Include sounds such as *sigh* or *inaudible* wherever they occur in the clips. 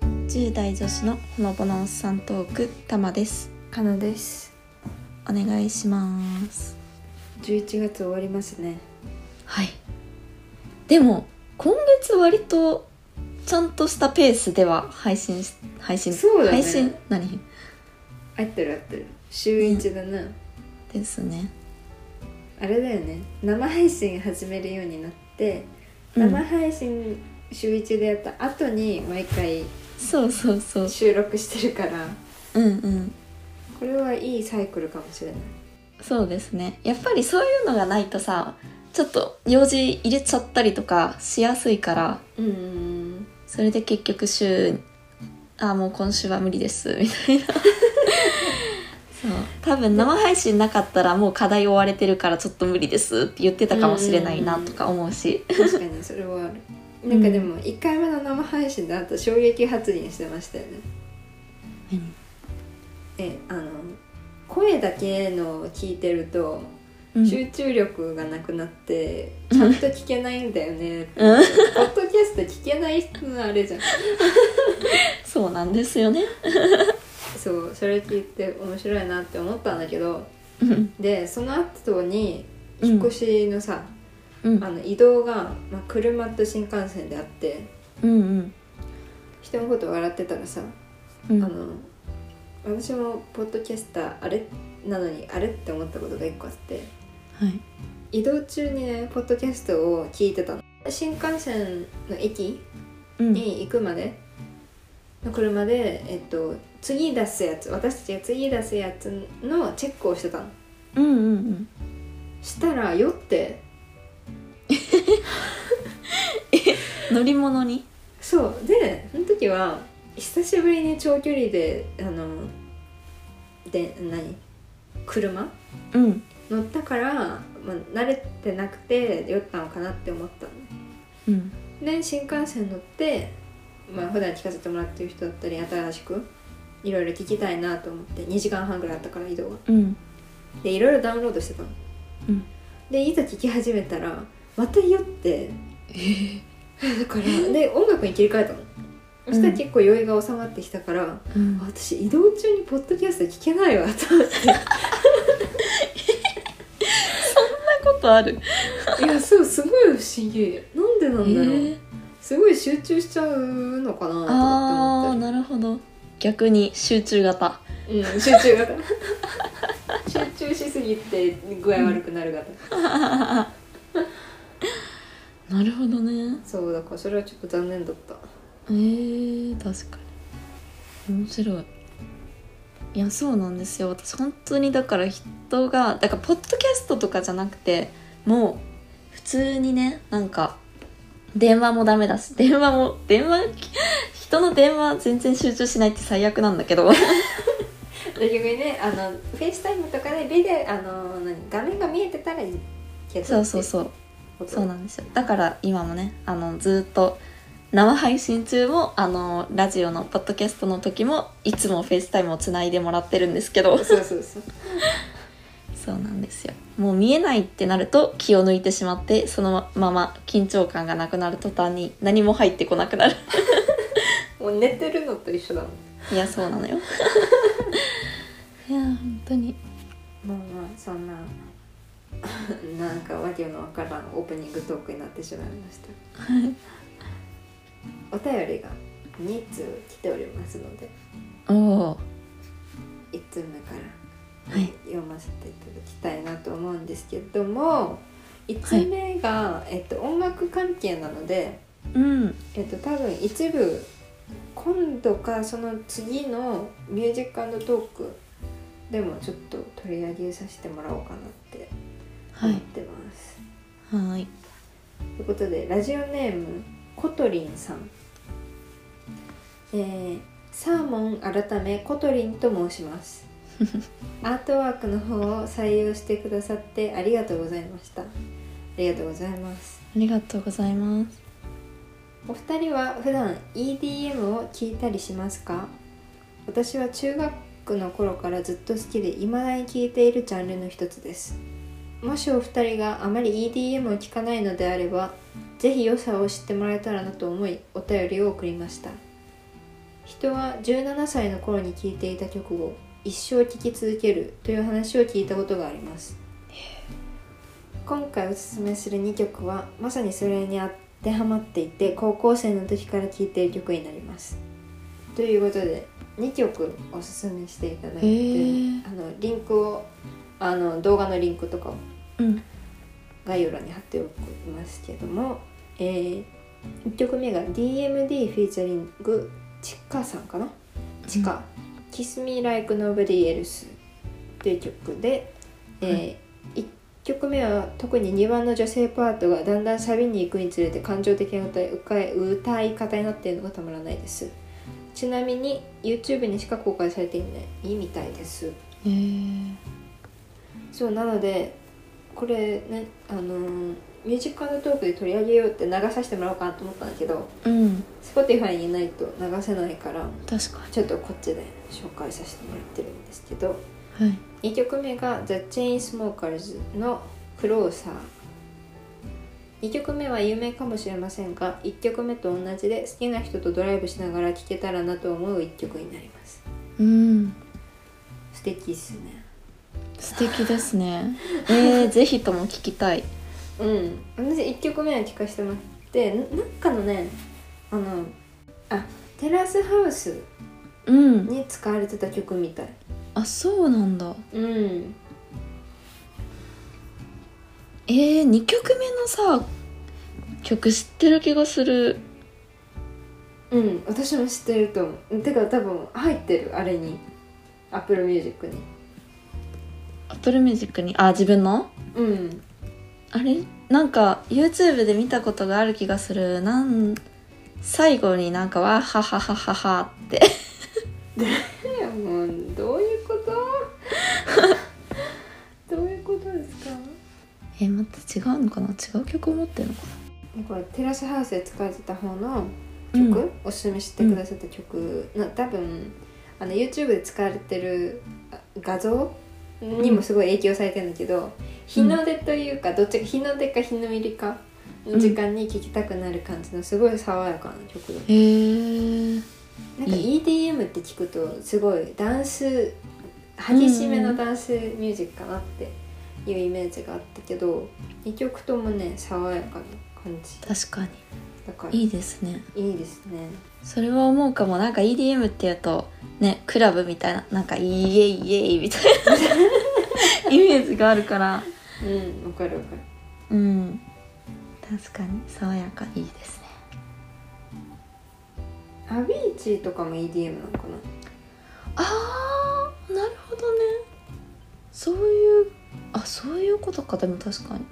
10代女子のほのぼのおっさんトークたまですかなですお願いします11月終わりますねはいでも今月割とちゃんとしたペースでは配信し配信そうだ配ね信何合ってる合ってる週1だな、ですねあれだよね生配信始めるようになってうん生配信週1でやった後に毎回そうそうそう収録してるからうんうんこれはいいサイクルかもしれないそうですねやっぱりそういうのがないとさちょっと用事入れちゃったりとかしやすいからうんうんそれで結局週あもう今週は無理ですみたい *laughs* なそう多分生配信なかったらもう課題追われてるからちょっと無理ですって言ってたかもしれないなとか思うし確かにそれはあるなんかでも1回目の生配信であと衝撃発言してましたよねえあの声だけのを聞いてるとうん集中力がなくなってちゃんと聞けないんだよねってうんポッドキャスト聞けない人のあれじゃんそうなんですよねそうそれ聞いて面白いなって思ったんだけどうんでその後にうん引っ越しのさ、うんあの移動が、まあ、車と新幹線であってうん人のこと笑ってたらさ、うんあの私もポッドキャスターあれなのにあれって思ったことが一個あってはい移動中にねポッドキャストを聞いてたの新幹線の駅うんに行くまでの車で、えっと、次出すやつ私たちが次出すやつのチェックをしてたのうんうんうんしたら酔って乗り物にそうでその時は久しぶりに長距離であので何車うん乗ったから、まあ、慣れてなくて酔ったのかなって思ったのうんで新幹線乗ってまあ普段聞かせてもらってる人だったり新しくいろいろ聞きたいなと思って2時間半ぐらいあったから移動がうんでいろいろダウンロードしてたの、うんでいざ聞き始めたらまた酔って *laughs* だから *laughs* で音楽に切り替えたのそしたら結構酔いが収まってきたから、うんあ私移動中にポッドキャスト聞け *laughs* ないわと思っそんなことあるていやそうすごい不思議なんでなんだろう、えーすごい集中しちゃうのかなとあかってー思っなるほど逆に集中型たり、うん、集中 *laughs* 型集中しすぎて具合悪くなる型、なるほどねそうだからそれはちょっと残念だったえー、確かに面白いいやそうなんですよ私本当にだから人がだからポッドキャストとかじゃなくてもう普通にねなんか電話もダメだし電話も電話人の電話全然集中しないって最悪なんだけどで逆にねあのフェイスタイムとかでビデオあの何画面が見えてたらいいけどそうそうそううそうなんですよだから今もねあのずっと生配信中もあのラジオのポッドキャストの時もいつもフェイスタイムをつないでもらってるんですけどそうそうそうそうなんですよもう見えないってなると気を抜いてしまってそのまま緊張感がなくなる途端に何も入ってこなくなるもう寝てるのと一緒だもん *laughs* いやそうなのよいや本当にまあまあそんな *laughs* なんかわけのわからんオープニングトークになってしまいましたお便りが2通来ておりますのでおお1通目からはい読ませていただきたいなと思うんですけども1通目が、えっと、音楽関係なので、うんえっと、多分一部今度かその次の「ミュージックトーク」でもちょっと取り上げさせてもらおうかなっては思っいてます。はいということでラジオネームコトリンさん、えーサーモン改めコトリンと申しますアートワークの方を採用してくださってありがとうございましたありがとうございますありがとうございますお二人は普段 EDM を聞いたりしますか私は中学の頃からずっと好きで未だに聞いているジャンルの一つですもしお二人があまり EDM を聞かないのであればぜひ良さを知ってもらえたらなと思いお便りを送りました人は17歳の頃に聴いていた曲を一生聴き続けるという話を聞いたことがあります今回おすすめする2曲はまさにそれに当てはまっていて高校生の時から聴いている曲になりますということで2曲おすすめしていただいて、へーあのリンクをあの動画のリンクとかをうん概要欄に貼っておきますけども、えー、1曲目が DMD フィーチャリングチカさんかなチカ、Kiss Me Like Nobody Else という曲で、え1曲目は特に2番の女性パートがだんだんサビに行くにつれて感情的な歌い歌い歌い方になっているのがたまらないですちなみに YouTube にしか公開されていないみたいですえー、そうなのでこれねあのーミュージックトークで取り上げようって流させてもらおうかなと思ったんだけどうん、 Spotify にないと流せないから確かちょっとこっちで紹介させてもらってるんですけどに。はい。 2曲目が The Chainsmokers の「Closer」2曲目は有名かもしれませんが1曲目と同じで好きな人とドライブしながら聴けたらなと思う1曲になりますうん、素敵っすね素敵ですね。 *laughs* えー、ぜひとも聞きたい。うん私1曲目は聴かせてもらってななんかのねあのあテラスハウスうん、に使われてた曲みたいあ、そうなんだ。うんえー、2曲目のさ曲知ってる気がするうん私も知ってると思うてか多分入ってるあれにアップルミュージックに Apple Music にあ自分のうんあれなんか YouTube で見たことがある気がするなん最後になんかわはははははってえもうどういうこと *laughs* どういうことですかえまた違うのかな違う曲を持ってるのかこれテラスハウスで使われてた方のな曲、うんおすすめしてくださった曲、な多分あの YouTube で使われてるあ画像にもすごい影響されてるんだけど、日の出というかどっちか日の出か日の入りかの時間に聴きたくなる感じのすごい爽やかな曲だへーなんかい EDM って聞くとすごいダンス激しめのダンスミュージックかなっていうイメージがあったけど2曲ともね爽やかな感じ確かだからにいいいですねいですねそれは思うかもなんか EDM っていうとねクラブみたいななんかイエイイエイみたい *laughs* なイメージがあるからうんわかるわかるうん確かに爽やかいいですねアビーチとかも EDM なのかなあーなるほどねそういうあそういうことかでも確かに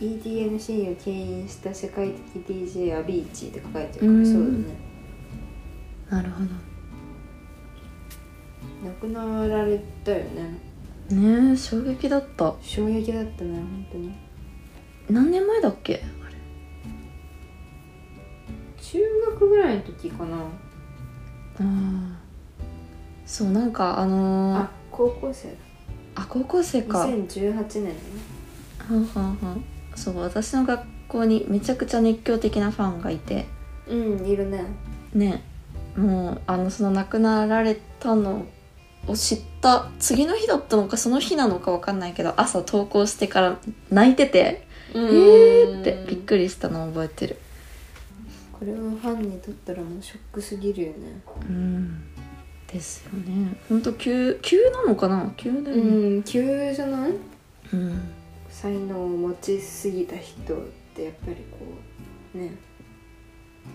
EDM シーンを牽引した世界的 DJ アビーチって書かれてるかうらんそうだねなるほ亡くなられたよねどねえ衝撃だった衝撃だったね本当に何年前だっけあれ中学ぐらいの時かなあーそうなんかあのーあ高校生だあ高校生かはん2018年だねはんはんそう私の学校にめちゃくちゃ熱狂的なファンがいてうんいるねねもうあのその亡くなられたのを知った次の日だったのかその日なのかわかんないけど朝登校してから泣いてて「ええー!」ってびっくりしたのを覚えてるこれはファンにとったらもうショックすぎるよねうんですよねほんと急急なのかな急だよねん急じゃないうん才能を持ちすぎた人ってやっぱりこうね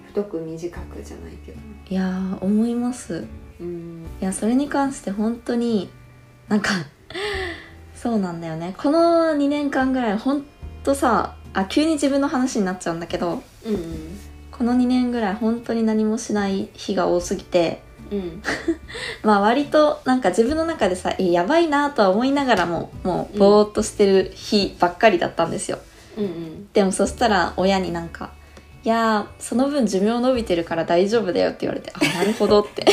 太く短くじゃないけどいやー思いますうんいやそれに関して本当になんか *laughs* そうなんだよねこの2年間ぐらいほんとさあ急に自分の話になっちゃうんだけどうんこの2年ぐらい本当に何もしない日が多すぎてうんまあ割となんか自分の中でさえやばいなとは思いながらももうぼーっとしてる日ばっかりだったんですよ、うんでもそしたら親になんか「いやーその分寿命伸びてるから大丈夫だよ」って言われて「あなるほど」って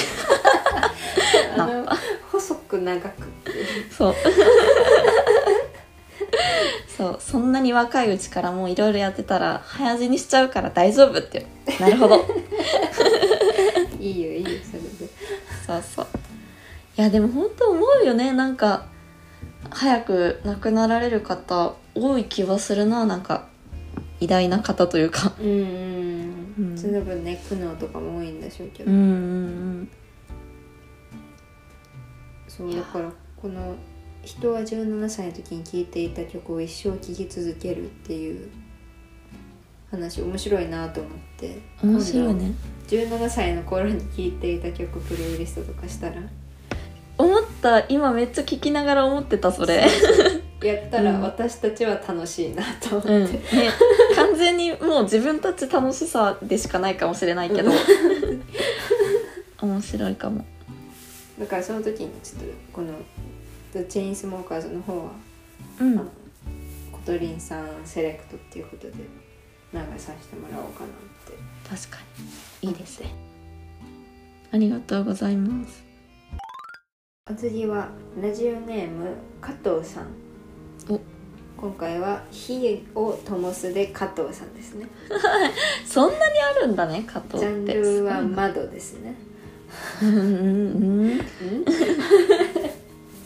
*laughs* あの細く長くっていうそうそうそんなに若いうちからもういろいろやってたら早死にしちゃうから大丈夫って言うなるほどいいよいいよそうそういやでも本当思うよねなんか早く亡くなられる方多い気はするななんか偉大な方というかうんうんううんんその分ね苦悩とかも多いんでしょうけど、うんうんそういやだからこの人は17歳の時に聴いていた曲を一生聴き続けるっていう話面白いなと思ってうん面白いね今度17歳の頃に聴いていた曲プレイリストとかしたら思った今めっちゃ聞きながら思ってたそれやったうらん私たちは楽しいなと思って、うん *laughs* ね完全にもう自分たち楽しさでしかないかもしれない *laughs* けど面白いかもだからその時にちょっとこの「The Chainsmokers」の方は、うあのんコトリンさんセレクトっていうことで流させてもらおうかなって確かにいいですねありがとうございますお次はラジオネーム加藤さんお今回は「火を灯す」で加藤さんですねそんなにあるんだね加藤ってジャンルは窓ですねうんうんうん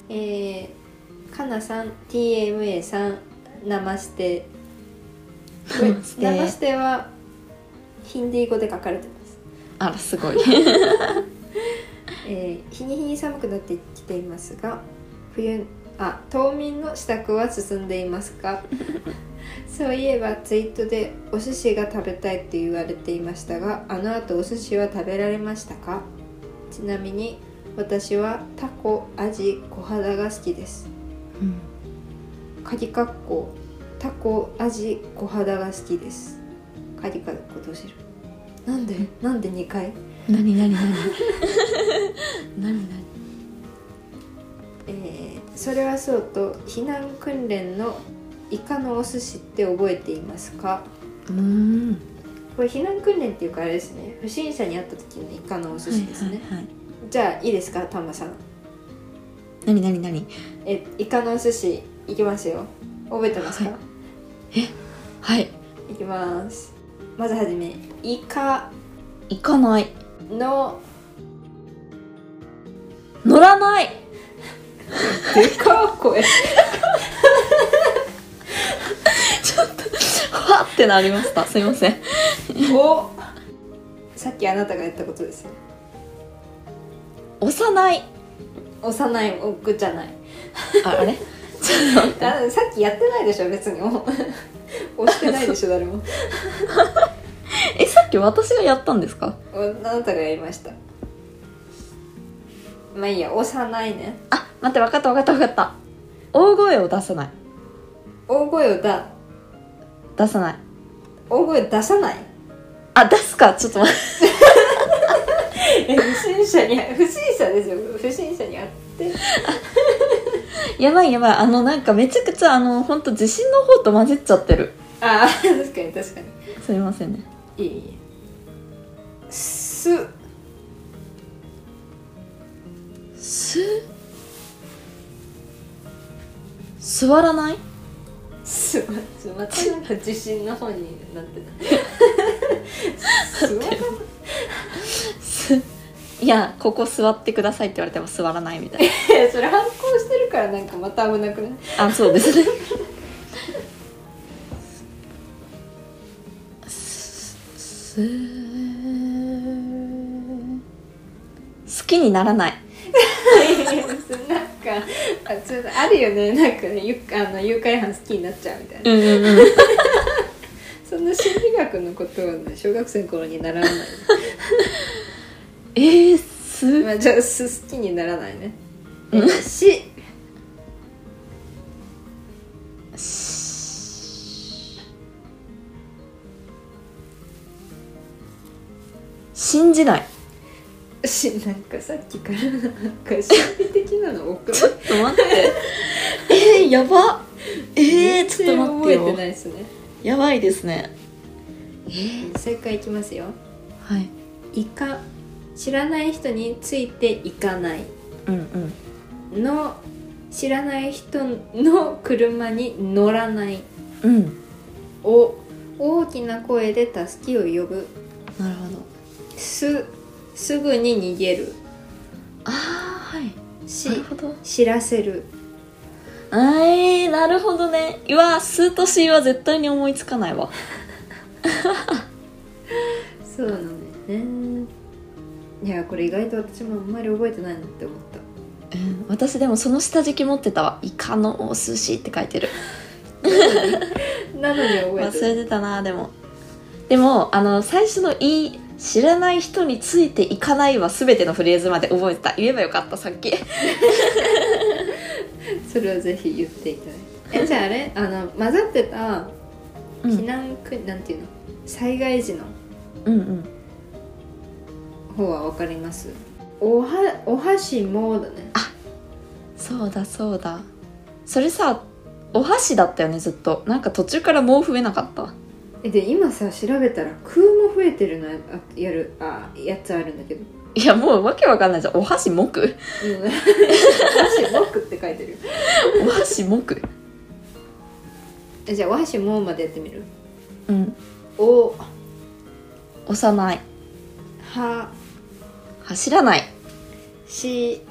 えー、かなさん TMA さんナマステこれナマステナマステはヒンディー語で書かれてますあらすごいえー日に日に寒くなってきていますが冬あ冬眠の支度は進んでいますか *laughs* そういえばツイートでお寿司が食べたいって言われていましたがあのあとお寿司は食べられましたかちなみに私はタコアジ小肌が好きですうん仮括弧タコアジ小肌が好きです仮括弧閉じるなんでなんで2回何何何 *laughs* 何何えーそれはそうと避難訓練のイカのお寿司って覚えていますかうーんこれ避難訓練っていうかあれですね不審者に会った時のイカのお寿司ですね、はいはいはい、じゃあいいですかタマさん何何何えイカのお寿司いきますよ覚えてますか、ははいい、きますまずはじめイカ行かないの乗らないでかっ声ちょっとわってなりましたすいません *laughs* をさっきあなたがやったことですね押さない幼い奥じゃないああれちょっと待ってあさっきやってないでしょ別にもう押してないでしょ誰もえさっき私がやったんですかおあなたがやりましたまあいいや押さないねあ待って分かった分かった分かった大声を出さない大声をだ出さない大声出さないあ出すかちょっと待ってえ不審者に不審者ですよ不審者に会ってやばいやばいあのなんかめちゃくちゃあの本当地震の方と混じっちゃってるああ確かに確かにすいませんねいいいいすす座らないすまつまたなんか自信の方になってたすごいすいやここ座ってくださいって言われても座らないみたいそれ反抗してるからなんかまた危なくない *laughs* なあそうですねすす好きにならないなんかあちょっとあるよねなんかねゆあの誘拐犯好きになっちゃうみたいな、うんうんうんそんな心理学のことは、ね、小学生の頃にならない、 *laughs* えー、すまあ、じゃあす好きにならないねえーし信じないしなんかさっきからなんか心理的なの送ちょっと待って *laughs* えー、やばえー、ちょっと待って覚えよてないですねやばいですね正解いきますよはいイカ知らない人についていかないうんうんの知らない人の車に乗らないうんを大きな声で助けを呼ぶなるほどすすぐに逃げるああはいしなるほど知らせるあいなるほどねうわ数と C は絶対に思いつかないわそうなのよねいやこれ意外と私もあんまり覚えてないなって *laughs* 思ったうん私でもその下敷き持ってたわイカのお寿司って書いてるなのに覚えて忘ないれてたなでもでもあの最初の「い」知らない人についていかないは全てのフレーズまで覚えてた言えばよかったさっきそれはぜひ言っていただいてえじゃああれあの混ざってたうん避難訓、なんていうの災害時のうんうん方は分かりますおはお箸もだねそうだそうだそれさお箸だったよねずっとなんか途中からもう増えなかったえで今さ調べたら空も増えてるのあやるあやつあるんだけど *laughs* いやもうわけわかんないじゃんお箸木うんお箸もくって書いてる *laughs* お箸木えじゃあお箸もまでやってみるうんお幼いは走らないし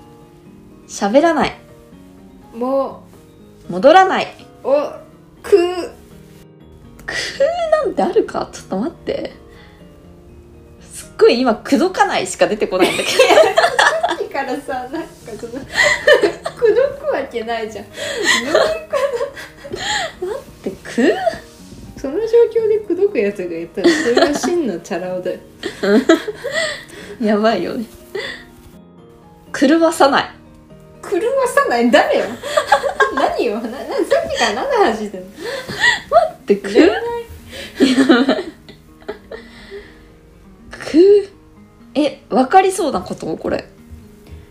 喋らないも戻らないおくなんてあるかちょっと待ってすっごい今「口説かない」しか出てこないんだけどさっきからさなんかそのくどくわけないじゃん *laughs* で「く」その状況でくどくやつが言ったらそれは真のチャラ男だよやばいよね狂わさない狂わさない誰 *laughs* よ何よななさっきから何の話してんのでくやばいくえ分かりそうなことこれ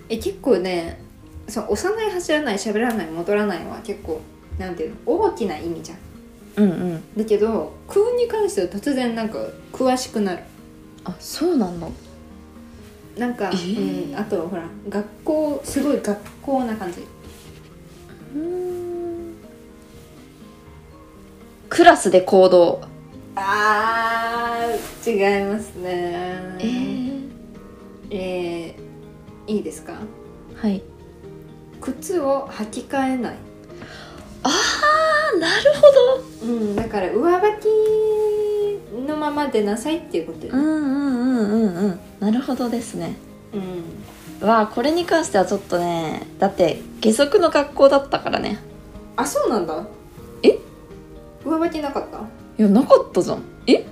え結構ねその幼い走らない喋らない戻らないは結構なんていうの大きな意味じゃんうんうんだけど空に関しては突然なんか詳しくなるあそうなんだなんか、えーうん、あとほら学校すごい学校な感じうんクラスで行動あー違いますねえー、えーいいですかはい靴を履き替えないああなるほどうんだから上履きのままでなさいっていうことようねんうんうんうんうんなるほどですねうんわあこれに関してはちょっとねだって下足の学校だったからねあそうなんだえ上履きなかったいやなかったじゃんえ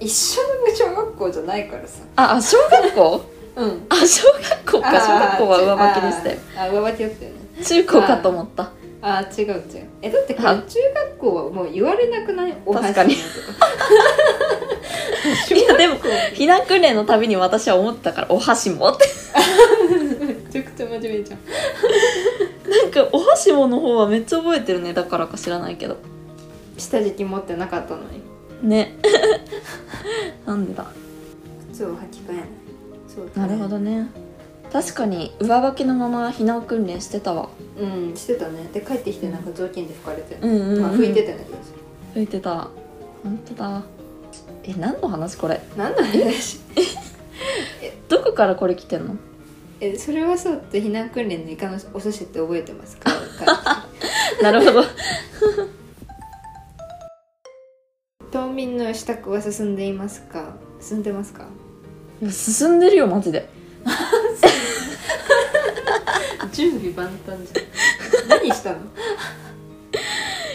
一緒の小学校じゃないからさああ小学校うん *laughs* あ小学校か小学校は上履きでしたよたよあ上履きだったよね中高かと思ったあー違う違うえだってこれあ中学校はもう言われなくないお箸確かにのといやでも小学校避難訓練のたびに私は思ってたからお箸もってめちゃくちゃ真面目じゃん *laughs* なんかお箸もの方はめっちゃ覚えてるねだからか知らないけど下敷き持ってなかったのにね *laughs* なんでだ靴を履き替えないそうだなねるほどね確かに上履きのまま避難訓練してたわうんしてたねで帰ってきてなんか雑巾で拭かれてうんうん、うんまあ拭いてたんだけどさ吹いてた本当だえ何の話これ何の話どこからこれ来てんの *laughs* えそれはそうって避難訓練のイカのお寿司って覚えてます *laughs* かかなるほ *laughs* ど冬眠の支度は進んでいますか進んでますか進んでるよマジで準備万端じゃん *laughs* 何したの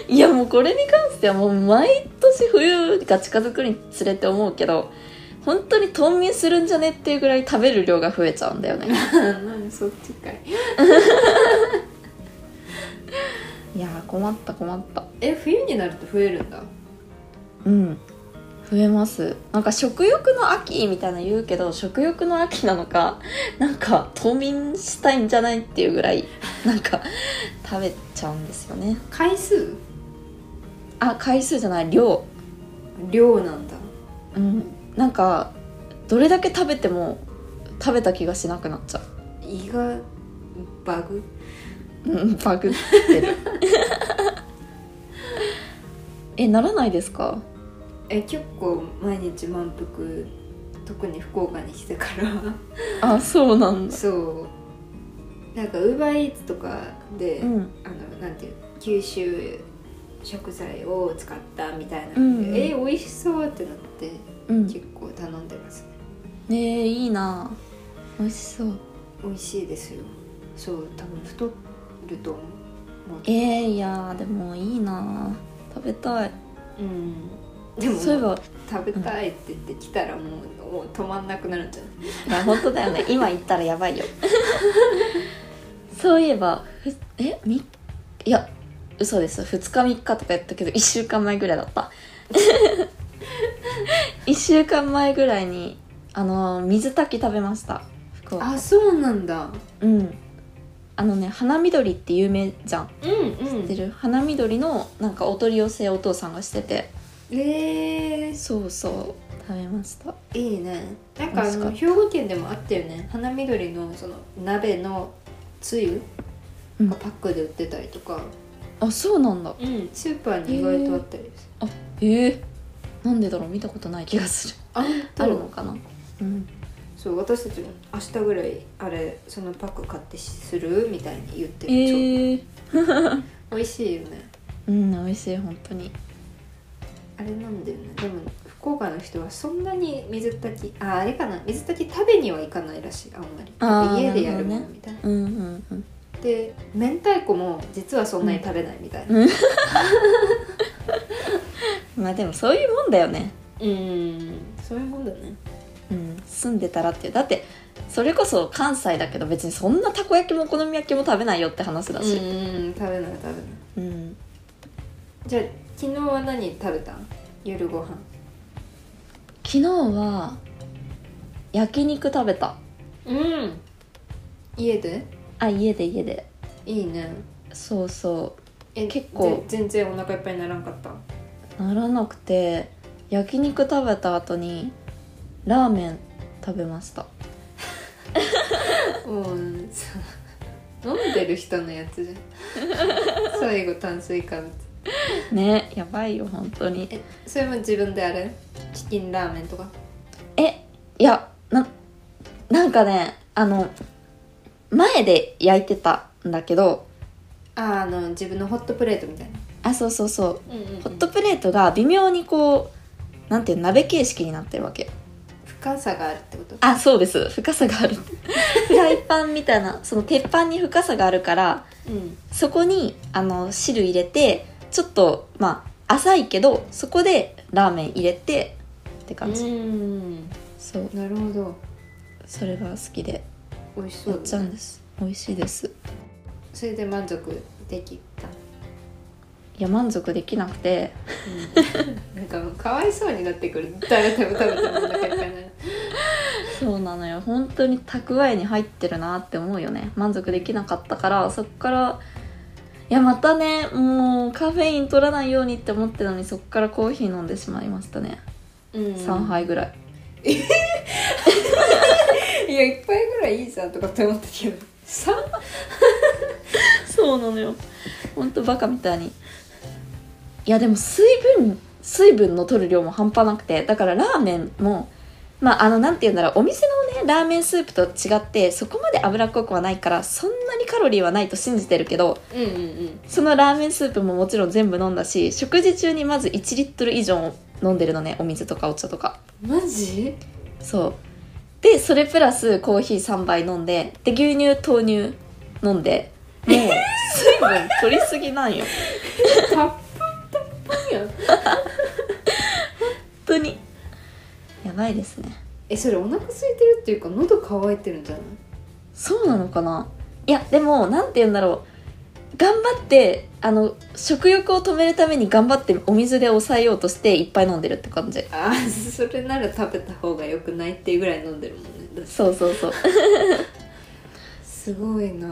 いやもうこれに関してはもう毎年冬が近づくにつれて思うけど本当に冬眠するんじゃねっていうぐらい食べる量が増えちゃうんだよね何そっちかい *laughs* いやー困った困ったえ冬になると増えるんだうん増えますなんか食欲の秋みたいなの言うけど食欲の秋なのかなんか冬眠したいんじゃないっていうぐらいなんか食べちゃうんですよね回数あ回数じゃない量量なんだうんなんかどれだけ食べても食べた気がしなくなっちゃ胃がバグううんバグって *laughs* るえならないですかえ結構毎日満 *laughs* 腹特に福岡に来てからあそうなんだそうなんかウーバーイーツとかで、うんあのなんていうの九州食材を使ったみたいなので、うんえ美味しそうってなってうん結構頼んでますねえー、いいな美味しそう美味しいですよそう多分太ると思うえー、いやーでもいいな食べたいうんでもそういえば食べたいって言ってきたらもう,、もう止まんなくなるんじゃないあ本当だ *laughs* よね今言ったらやばいよそういえばふえみいや嘘です2日3日とかやったけど1週間前ぐらいだった *laughs* 1週間前ぐらいにあの水炊き食べました福岡あそうなんだうんあのね花緑って有名じゃんうんう知っんてる花緑のなんかお取り寄せをお父さんがしててえー、そうそう食べましたいいねなんかあ美味しかっのた兵庫県でもあったよね花緑のその鍋のつゆうんがパックで売ってたりとか、あそうなんだうん、スーパーに意外とあったりでする、ええなんでだろう見たことない気がするあ本当あるのかなうんそう私たちも明日ぐらいあれそのパック買ってするみたいに言ってる、ええ超美味しいよねうん美味しい本当にあれなんだよねでも福岡の人はそんなに水炊きああれかな水炊き食べには行かないらしいあんあまーり家でやるもなるほどのねみたいなうんうんうんで明太子も実はそんなに食べないみたいなまあでもそういうもんだよねうんそういうもんだねうん住んでたらっていうだってそれこそ関西だけど別にそんなたこ焼きもお好み焼きも食べないよって話だうんし食べない食べないうん、じゃあ昨日は何食べたん夜ご飯昨日は焼肉食べたうん家であ家で家でいいねそうそえ結構ぜ全然お腹いっぱいにならんかったうならなくて焼肉食べた後にラーメン食べましたもうそう飲んでる人のやつじゃん *laughs* 最後炭水化物 *laughs* ねやばいよ本当にえそれも自分であれチキンラーメンとかえいやななんかねあの前で焼いてたんだけどあーあの自分のホットプレートみたいな、あそうそうそううんうんホットプレートが微妙にこうなんていうの鍋形式になってるわけ深さがあるってことあそうです深さ *laughs* があるフライパンみたいなその鉄板に深さがあるからうんそこにあの汁入れてちょっとまあ浅いけどそこでラーメン入れてって感じ、んそうなるほどそれが好きで美味しそやうっちゃだうね、んです、美味しいですそれで満足できた、いや満足できなくてなんかもうかわいそうになってくる誰でも食べてもお腹いっぱいになるそうなのよ本当に蓄えに入ってるなって思うよね満足できなかったからそっからいやまたねもうカフェイン取らないようにって思ってたのにそっからコーヒー飲んでしまいましたね、うん3杯ぐらいいや一杯ぐらいいいじゃんとかって思ったけど三 *laughs* そうなのよ本当バカみたいにいやでも水分水分の取る量も半端なくてだからラーメンもまああのなんて言うんだろうお店のねラーメンスープと違ってそこまで脂っこくはないからそんなにカロリーはないと信じてるけどうんうんそのラーメンスープももちろん全部飲んだし食事中にまず1リットル以上飲んでるのねお水とかお茶とかうんマジそうでそれプラスコーヒー3杯飲んでで牛乳豆乳飲んでもう水分取りすぎなんよたっぷりたっぷりや *laughs* ん本当にやばいですねえそれお腹空いてるっていうか喉乾いてるんじゃないそうなのかないやでもなんて言うんだろう頑張ってあの食欲を止めるために頑張ってお水で抑えようとしていっぱい飲んでるって感じあーそれなら食べた方が良くないっていうぐらい飲んでるもんねそうそうそうすごいな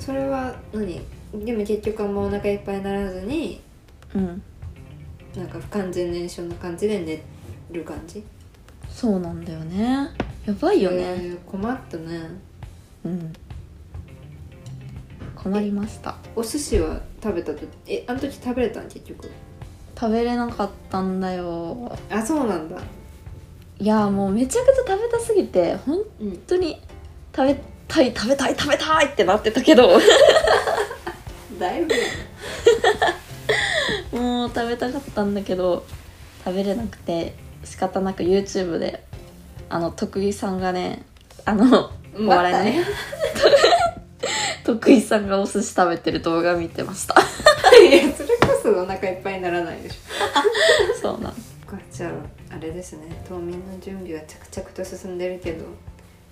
それは何でも結局あんまお腹いっぱいにならずにうんなんか不完全燃焼の感じで寝る感じそうなんだよねやばいよね、えー困ったねうん困りましたお寿司は食べたとえあの時食べれたん結局食べれなかったんだよあそうなんだいやもうめちゃくちゃ食べたすぎて本うん当に食べたい食べたい食べたいってなってたけど *laughs* だいぶもう食べたかったんだけど食べれなくて仕方なく YouTube であの徳井さんがねあの *laughs* お笑いのね徳井さんがお寿司食べてる動画見てました *laughs* *laughs* いやそれこそお腹いっぱいにならないでしそうなんょこっちはあれですね冬眠の準備は着々と進んでるけど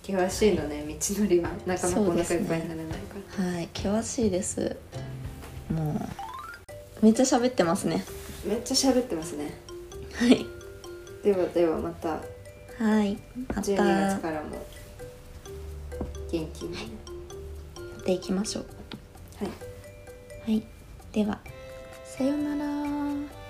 険しいのね道のりはなかなかお腹いっぱいになれないから、はい険しいですもうめっちゃ喋ってますねめっちゃ喋ってますねはいではではまたはいまた12や月からも元気に、っていきましょうはいはいではさようなら